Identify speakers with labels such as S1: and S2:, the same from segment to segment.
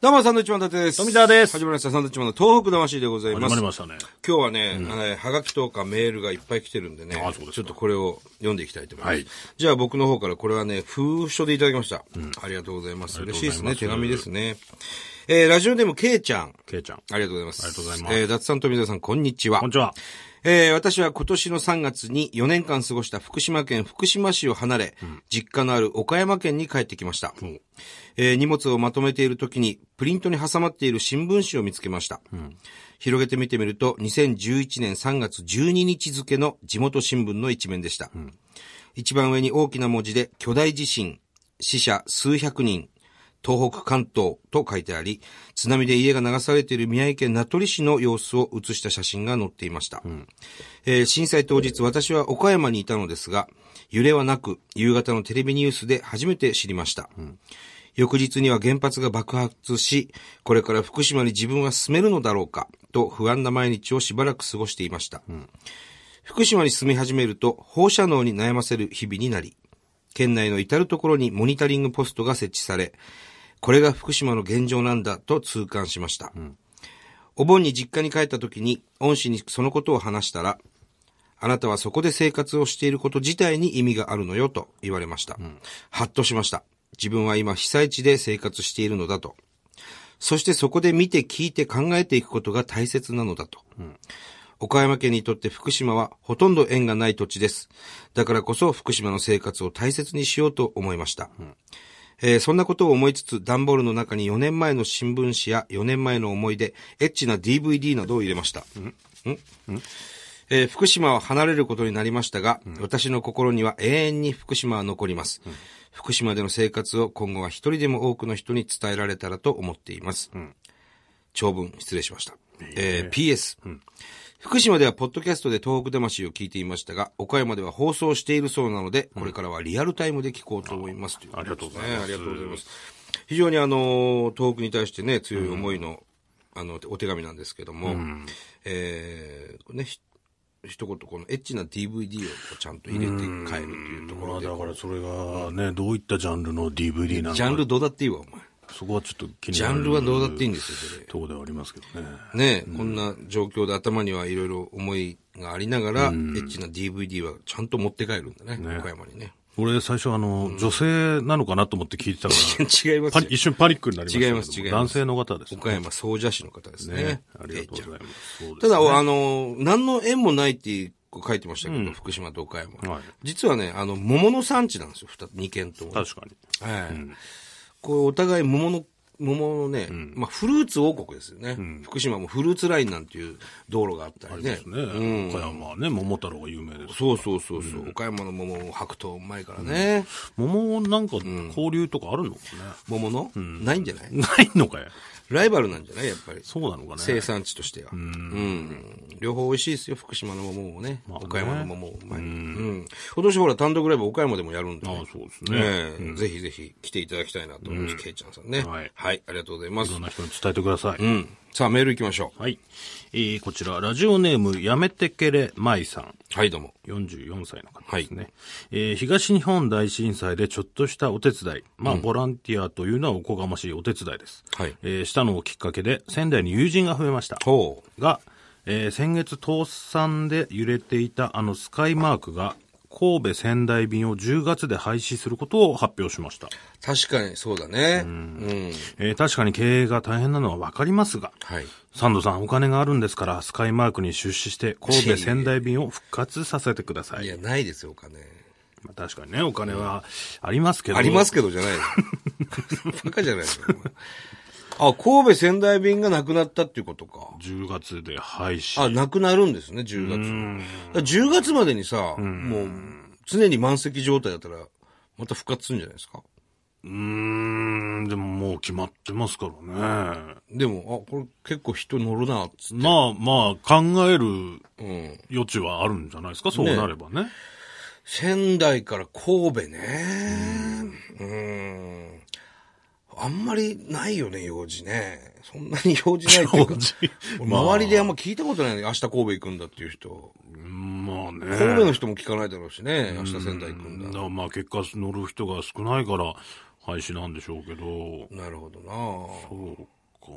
S1: どうも、サンドウィッチマン伊達です。
S2: 富澤です
S1: 始まりました、サンドウィッチマンの東北魂でござい
S2: 始
S1: ま。
S2: ますり
S1: 今
S2: ましたね。
S1: 日はね、あのはがきとかメールがいっぱい来てるんでね
S2: あそうですか
S1: ちょっとこれを読んでいきたいと思います。
S2: はい
S1: じゃあ僕の方からこれはね、封書でいただきました。ありがとうございます。嬉しいですね、
S2: あり
S1: 手
S2: がとう
S1: 紙
S2: ござい
S1: で
S2: ます
S1: すね。えー、ラジオネーム、けいちゃん。
S2: ケイちゃん。
S1: ありがとうございます。
S2: ありがとうございます
S1: えー、達さん、富澤さん、こんにちは。
S2: こんにちは。
S1: えー私は今年の3月に4年間過ごした福島県福島市を離れ、実家のある岡山県に帰ってきました。
S2: うん
S1: えー荷物をまとめている時に、プリントに挟まっている新聞紙を見つけました。広げて見てみると、2011年3月12日付の地元新聞の一面でした。一番上に大きな文字で、巨大地震、死者数百人、東北関東と書いてあり、津波で家が流されている宮城県名取市の様子を写した写真が載っていました。えー震災当日、私は岡山にいたのですが、揺れはなく、夕方のテレビニュースで初めて知りました。翌日には原発が爆発し、これから福島に自分は住めるのだろうか、と不安な毎日をしばらく過ごしていました。福島に住み始めると放射能に悩ませる日々になり、県内の至るところにモニタリングポストが設置され、これが福島の現状なんだと痛感しました。お盆に実家に帰った時に恩師にそのことを話したら、あなたはそこで生活をしていること自体に意味があるのよと言われました。はっとしました。自分は今被災地で生活しているのだと。そしてそこで見て聞いて考えていくことが大切なのだと。岡山県にとって福島はほとんど縁がない土地です。だからこそ福島の生活を大切にしようと思いました。えーそんなことを思いつつ、段ボールの中に4年前の新聞紙や4年前の思い出、エッチな DVD などを入れました。んえー福島を離れることになりましたが、私の心には永遠に福島は残ります、福島での生活を今後は一人でも多くの人に伝えられたらと思っています。長文失礼しました。えー PS、福島ではポッドキャストで東北魂を聞いていましたが、岡山では放送しているそうなので、これからはリアルタイムで聞こうと思います。という
S2: ありがとうござい
S1: ね
S2: ます
S1: ありがとうございます。非常にあの、東北に対してね、強い思いの、あの、お手紙なんですけども、えー、これね、ひ一言、このエッチな DVD をちゃんと入れて帰るというとこ
S2: ま
S1: ろ
S2: あ
S1: で、
S2: だからそれがね、どういったジャンルの DVD なの
S1: ジャ
S2: か、
S1: ンルどうだっていいわ、お前。
S2: そこはちょっと気に
S1: ジ
S2: な
S1: ャ
S2: る。
S1: ンルはどうだっていいん
S2: で
S1: ですよ、それ。
S2: とこではありますけどね。
S1: ねえ、こんな状況で頭にはいろいろ思いがありながら、エッチな DVD はちゃんと持って帰るんだね、岡山にね。
S2: 俺最初あの、女性なのかなと思って聞いてたか
S1: 違いま
S2: ら、
S1: す
S2: パ
S1: よ
S2: ニ。一瞬パニックになりましたけど。
S1: 違います違います
S2: 男性の方ですね。
S1: 岡山総社市の方ですね。
S2: ねありがとうございます。そうで
S1: た
S2: す
S1: だ、あの、何の縁もないって書いてましたけど、福島と岡山。
S2: はい
S1: 実はね、あの、桃の産地なんですよ、二二県とも。
S2: 確かに。
S1: はい。こう、お互い桃の、桃のね、まあ、フルーツ王国ですよね、福島もフルーツラインなんていう道路があったりね。
S2: ですね。岡山はね、桃太郎が有名です。
S1: そうそうそうそう、岡山の桃を白桃うまいからね。
S2: 桃なんか交流とかあるのかね。
S1: 桃の、ないんじゃない
S2: ないのかよ。
S1: ライバルなんじゃないやっぱり。
S2: そうなのかね。
S1: 生産地としては。うん。両方美味しいですよ、福島の桃もね。
S2: まあね
S1: 岡山の桃もうまい。うん。今年ほら単独ライブ岡山でもやるんでね。
S2: ああ、そうですね。
S1: ええぜひぜひ来ていただきたいなと思います、ケイちゃんさんね。
S2: はい
S1: はい、ありがとうございま
S2: い
S1: す
S2: ろん。な人に伝えてください。
S1: うん。さあ、メール行きましょ
S2: はい。えー、こちら、ラジオネーム、やめてけれまいさん。
S1: う。はい、どうも。
S2: 44歳の方ですね、えー東日本大震災でちょっとしたお手伝い。まあ、ボランティアというのはおこがましいお手伝いです。
S1: はい
S2: えーしたのをきっかけで、仙台に友人が増えました。
S1: ほう。
S2: が、えー先月倒産で揺れていたあのスカイマークが、神戸仙台便を10月で廃止することを発表しました。
S1: 確かにそうだね。うん。
S2: えー確かに経営が大変なのはわかりますが、
S1: はい。
S2: サンドさん、お金があるんですから、スカイマークに出資して、神戸仙台便を復活させてくださ
S1: い
S2: い。
S1: や、ないですよ、お金。
S2: まあ確かにね、お金はありますけど。
S1: ありますすけどじゃないよ。 バカじゃないよ。お前あ、神戸仙台便がなくなったっていうことか。
S2: 10月で廃止。
S1: あ、なくなるんですね、10月。だから10月までにさ、もう、常に満席状態だったら、また復活するんじゃないですか。
S2: うーん、でももう決まってますからね。
S1: でも、あ、これ結構人乗るな、つっ
S2: まあまあ、考える
S1: て。うん。
S2: 余地はあるんじゃないですか、そうなればね。
S1: 仙台から神戸ね。うん。あんまりないよね、用事ね。そんなに用事ないっていうか
S2: 用事。
S1: 俺周りであんま聞いたことないのに、明日神戸行くんだっていう人。
S2: うんまあね。
S1: 神戸の人も聞かないだろうしね、明日仙台行くんだ。
S2: だからまあ結果乗る人が少ないから、廃止なんでしょうけど、
S1: なるほどな
S2: そうか。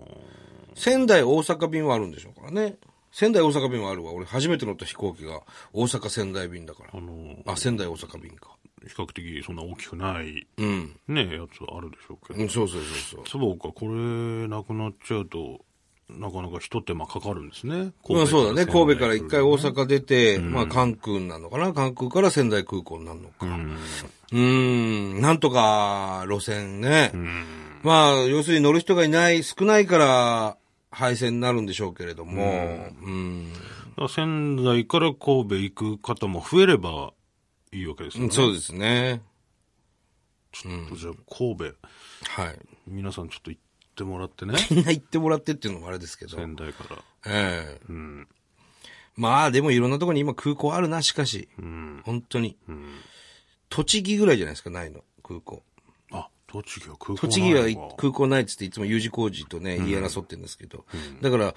S1: 仙台、大阪便はあるんでしょうからね。仙台、大阪便はあるわ。俺、初めて乗った飛行機が大阪、仙台便だから
S2: あ。の、
S1: あ、仙台、大阪便か。
S2: 比較的そんな大きくない、
S1: うん。
S2: ね、やつあるでしょうけど
S1: う。んそうそうそうそう。
S2: そうか、これ、なくなっちゃうと、なかなか一手間かかるんですね。
S1: まあ、そうだね。神戸から一
S2: 一
S1: 回大阪出て、まあ、関空なのかな関空から仙台空港になるのか。
S2: うん。
S1: うーん、なんとか、路線ね。
S2: うん。
S1: まあ、要するに乗る人がいない、少ないから、廃線になるんでしょうけれども、うん、
S2: だから仙台から神戸行く方も増えればいいわけですよね。
S1: そうですね。
S2: ちょっとじゃあ神戸、
S1: はい。
S2: 皆さんちょっと行ってもらってね。
S1: みんな行ってもらってっていうのもあれですけど。
S2: 仙台から。
S1: ええ
S2: うん。
S1: まあ、でもいろんなところに今空港あるな、しかし。
S2: うん。
S1: 本当に。
S2: うん。
S1: 栃木ぐらいじゃないですか、ないの、空港。
S2: あ、栃木は空港
S1: 栃木は
S2: ないのか
S1: 空港ないっつっていつも U 字工事とね、言い争ってるんですけど。だから、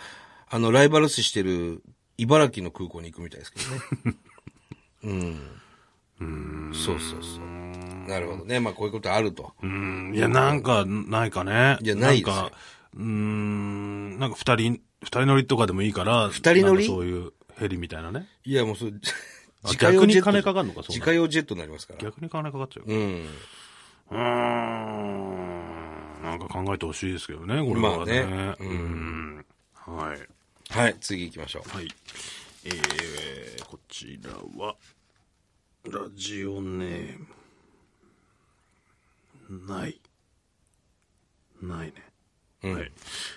S1: あの、ライバル視してる茨城の空港に行くみたいですけ どね。うん。そうそうそう。なるほどね。まあ、こういうことあると。
S2: うん。いや、なんか、ないかね。
S1: いやないですよ
S2: なんか、うーん。なんか二人、二人乗りとかでもいいから。
S1: 二人乗り
S2: なんかそういうヘリみたいなね。
S1: いや、もうそう、
S2: あ逆に金
S1: か
S2: かかるのか、そう
S1: 自。家用ジェットになりますから。
S2: 逆に金かかっちゃう。
S1: うん。
S2: うーん。なんか考えてほしいですけどね、これ
S1: ま
S2: は
S1: あ
S2: ね。
S1: ね
S2: うん。はい。
S1: はい、次行きましょう。
S2: はい。えー、こちらは、ラジオネーム。ない。ないね。はい。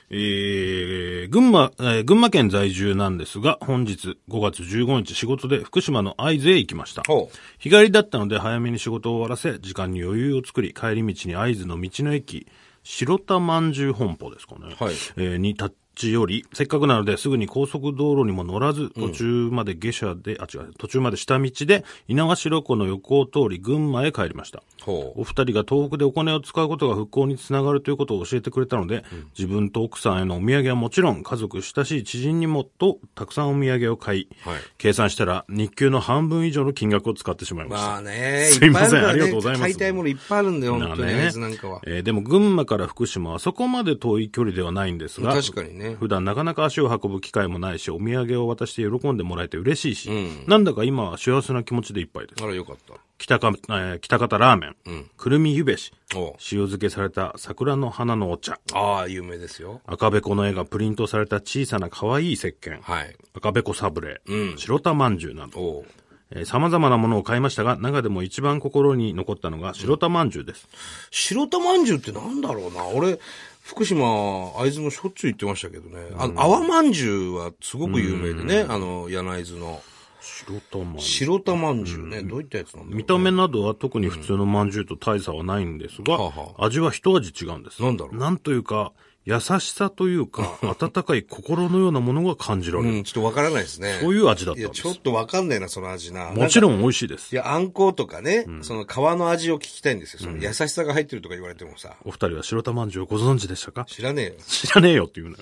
S2: えー、群馬、えー群馬県在住なんですが、本日5月15日仕事で福島の会津へ行きました。
S1: ほう。
S2: 日帰りだったので早めに仕事を終わらせ、時間に余裕を作り、帰り道に会津の道の駅、白田まんじゅう本舗ですかね。
S1: はい
S2: えーに立ち寄り、せっかくなのですぐに高速道路にも乗らず、途中まで下車で、あ、違う、途中まで下道で、猪苗代湖の横を通り、群馬へ帰りました。
S1: ほう。
S2: お二人が東北でお金を使うことが復興につながるということを教えてくれたので、自分と奥さんへのお土産はもちろん、家族、親しい知人にもと、たくさんお土産を買い、
S1: はい
S2: 計算したら日給の半分以上の金額を使ってしまいました。
S1: まあね、
S2: すいません
S1: っぱあるからね
S2: ありがとうございます
S1: 買いたいものいっぱいあるんだよ、
S2: な
S1: 本当に、あいつなんかは。
S2: えーでも群馬から福島はそこまで遠い距離ではないんですが、
S1: 確かにね。
S2: 普段なかなか足を運ぶ機会もないし、お土産を渡して喜んでもらえて嬉しいし、
S1: うん
S2: なんだか今は幸せな気持ちでいっぱいです。
S1: あら、よかった。
S2: 北か、えー北方ラーメン、
S1: うん
S2: くるみゆべし、
S1: おう
S2: 塩漬けされた桜の花のお茶、
S1: ああ、有名ですよ。
S2: 赤べこの絵がプリントされた小さな可愛い石鹸、
S1: はい。
S2: 赤べこサブレ、
S1: うん
S2: 白玉まんじゅうなど、
S1: おう
S2: えー様々なものを買いましたが、中でも一番心に残ったのが白玉まんじゅうです。
S1: 白玉まんじゅうってなんだろうな。俺、福島、会津もしょっちゅう行ってましたけどね。あの、泡まんじゅうはすごく有名でね。あの、柳津の。
S2: 白玉まんじゅう
S1: 白玉まんじゅうね。どういったやつなんだろ
S2: 見た目などは特に普通の饅頭と大差はないんですが、
S1: うんはあは
S2: 味は一味違うんです。
S1: なんだろう
S2: なんというか、優しさというか、温かい心のようなものが感じら
S1: う。
S2: れる。
S1: うん、ちょっとわからないですね。
S2: そういう味だった
S1: い
S2: ん
S1: や、
S2: で
S1: ちょっ
S2: す。
S1: とわかんないな、その味な。
S2: もちろん美味しいで
S1: い
S2: す。
S1: や、あんことかね、その皮の味を聞きたいんですよ。その優しさが入ってるとか言われてもさ、
S2: お二人は白玉饅頭をご存知でしたか
S1: 知らねえよ。
S2: 知らねえよっていうのよ。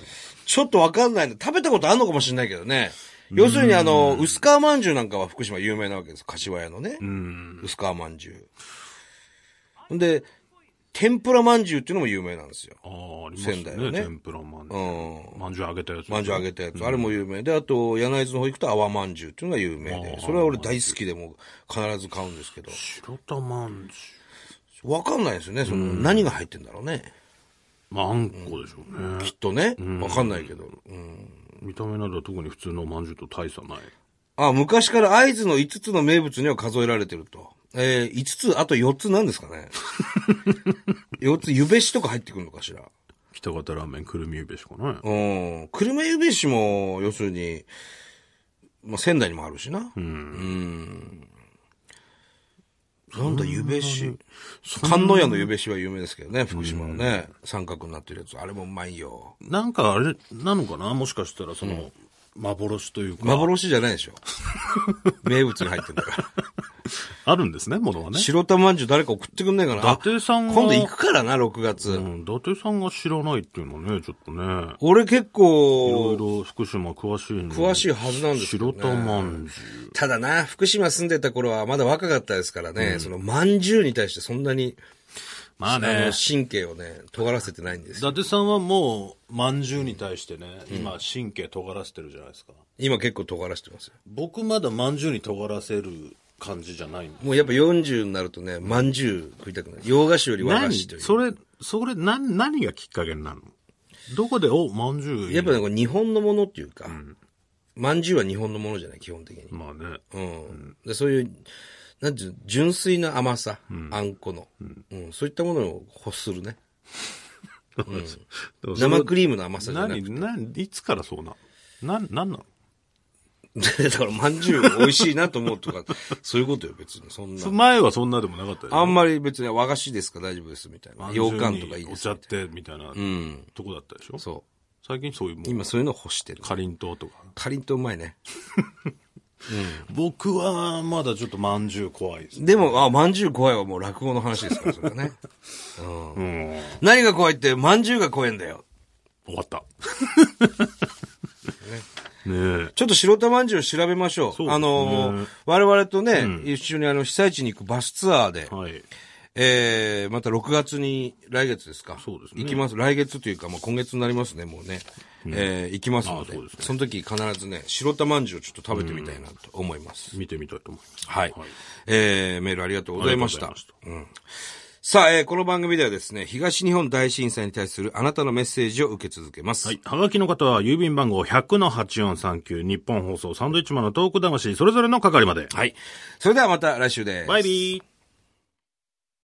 S1: ちょっとわかんないの。食べたことあんのかもしれないけどね。要するにあの、薄皮まんじゅうなんかは福島有名なわけです。柏屋のね。
S2: うん。
S1: 薄皮まんじゅう。ほんで、天ぷらまんじゅうっていうのも有名なんですよ。
S2: ああ、あります
S1: 仙
S2: ね。
S1: 台のね
S2: 天ぷらまんじ
S1: う
S2: ゅ
S1: ん。
S2: う。まんじゅう揚げたやつ。
S1: まんじゅう揚げたやつ。あれも有名で、あと、柳津の方行くと泡まんじゅうっていうのが有名で
S2: あ、ー
S1: それは俺大好きでもう必ず買うんですけど。
S2: 白玉まんじ
S1: わかんないですよね。その、何が入ってんだろうね。
S2: ゅう。まあ、あんこでしょうね。
S1: きっとね。わかんないけど。うん。
S2: 見た目などは特に普通の饅頭と大差ない。
S1: あ、昔から会津の5つの名物には数えられてると。えー、5つ、あと4つなんですか ね。4つ、ゆべしとか入ってくるのかしら。
S2: 北方ラーメン、くるみゆべしかね。
S1: うん。久留米ゆべしも、要するに、まあ、仙台にもあるしな。うん。なんだ、ゆべし。観音屋のゆべしは有名ですけどね、福島のね。三角になってるやつ。あれもうまいよ。
S2: なんかあれなのかなもしかしたらその、幻というか、
S1: 幻じゃない でしょ。名物に入ってんだから。
S2: あるんですね、ものはね。
S1: 白玉まんじゅう誰か送ってくんないかな。
S2: 伊達さんが、
S1: 今度行くからな、6月。
S2: うん、伊達さんが知らないっていうのはね、ちょっとね、
S1: 俺結
S2: いろい
S1: 構、
S2: ろ福島詳しいの
S1: 詳しいはずなんですけど
S2: 白
S1: ね
S2: 玉まんじゅう。
S1: ただな、福島住んでた頃はまだ若かったですからね、その、まんじゅうに対してそんなに、
S2: まあ
S1: あ
S2: ね
S1: の。神経をね、尖らせてないんです
S2: 伊
S1: よ。
S2: 達さんはもう、まんじゅうに対してね、今、神経尖らせてるじゃないですか。
S1: 今結構尖らしてますよ。
S2: 僕まだまんじゅうに尖らせる感じじゃないんで
S1: もうやっぱ40になるとね、まんじゅう食いたくない。洋菓子より和菓子という。
S2: それ、それ、な、何がきっかけになるのどこで、お、まんじゅういい
S1: やっぱね、これ日本のものっていうか、まんじゅうは日本のものじゃない、基本的に。
S2: まあね。
S1: うん。でそういう、なんていうの純粋な甘さ、あんこの、うん。そういったものを欲するね。 生ク
S2: リ
S1: リームの甘さじゃなくて。
S2: 何、何、いつからそうなのなん、なんなの
S1: だから、まんじゅう美味しいなと思うと か、そういうことよ、別に。そんな
S2: そ。前はそんなでもなかったよ
S1: あんまり別に和菓子ですか大丈夫ですみたいな。洋館とかいい
S2: お
S1: です。
S2: 茶って、みたいな、
S1: うん。
S2: とこだったでしょ
S1: そ
S2: 最近そういうも
S1: う。
S2: ん。
S1: 今そういうのを欲してる。
S2: かりんとうとか。
S1: かりんとうまいね。
S2: 僕は、まだちょっとまんじゅう怖いです。
S1: でも、あ、まんじゅう怖いはもう落語の話ですから、それは ね。うん。
S2: うん。
S1: 何が怖いって、まんじゅうが怖いんだよ。
S2: 終 わった。ねえ。
S1: ちょっと白玉まんじゅうを調べましょう。
S2: そうですね
S1: あの、我々とね、一緒にあの、被災地に行くバスツアーで、
S2: はい。
S1: えー、また6月に、来月ですか
S2: そうですね
S1: 行きます。来月というか、まあ、今月になりますね、もうね。えー、行きますので
S2: あそうですね
S1: その時必ずね、白玉まんじゅうをちょっと食べてみたいなと思います。
S2: 見てみたいと思います。
S1: はい。えー、メールありがとうございまし
S2: あ
S1: た
S2: りが。と
S1: うんさあ、えーこの番組ではですね、東日本大震災に対するあなたのメッセージを受け続けます。
S2: はい。はがきの方は、郵便番号100-8439、日本放送、サンドイッチマンのトーク魂、それぞれの係まで。
S1: はい。それではまた来週です。
S2: バイビー。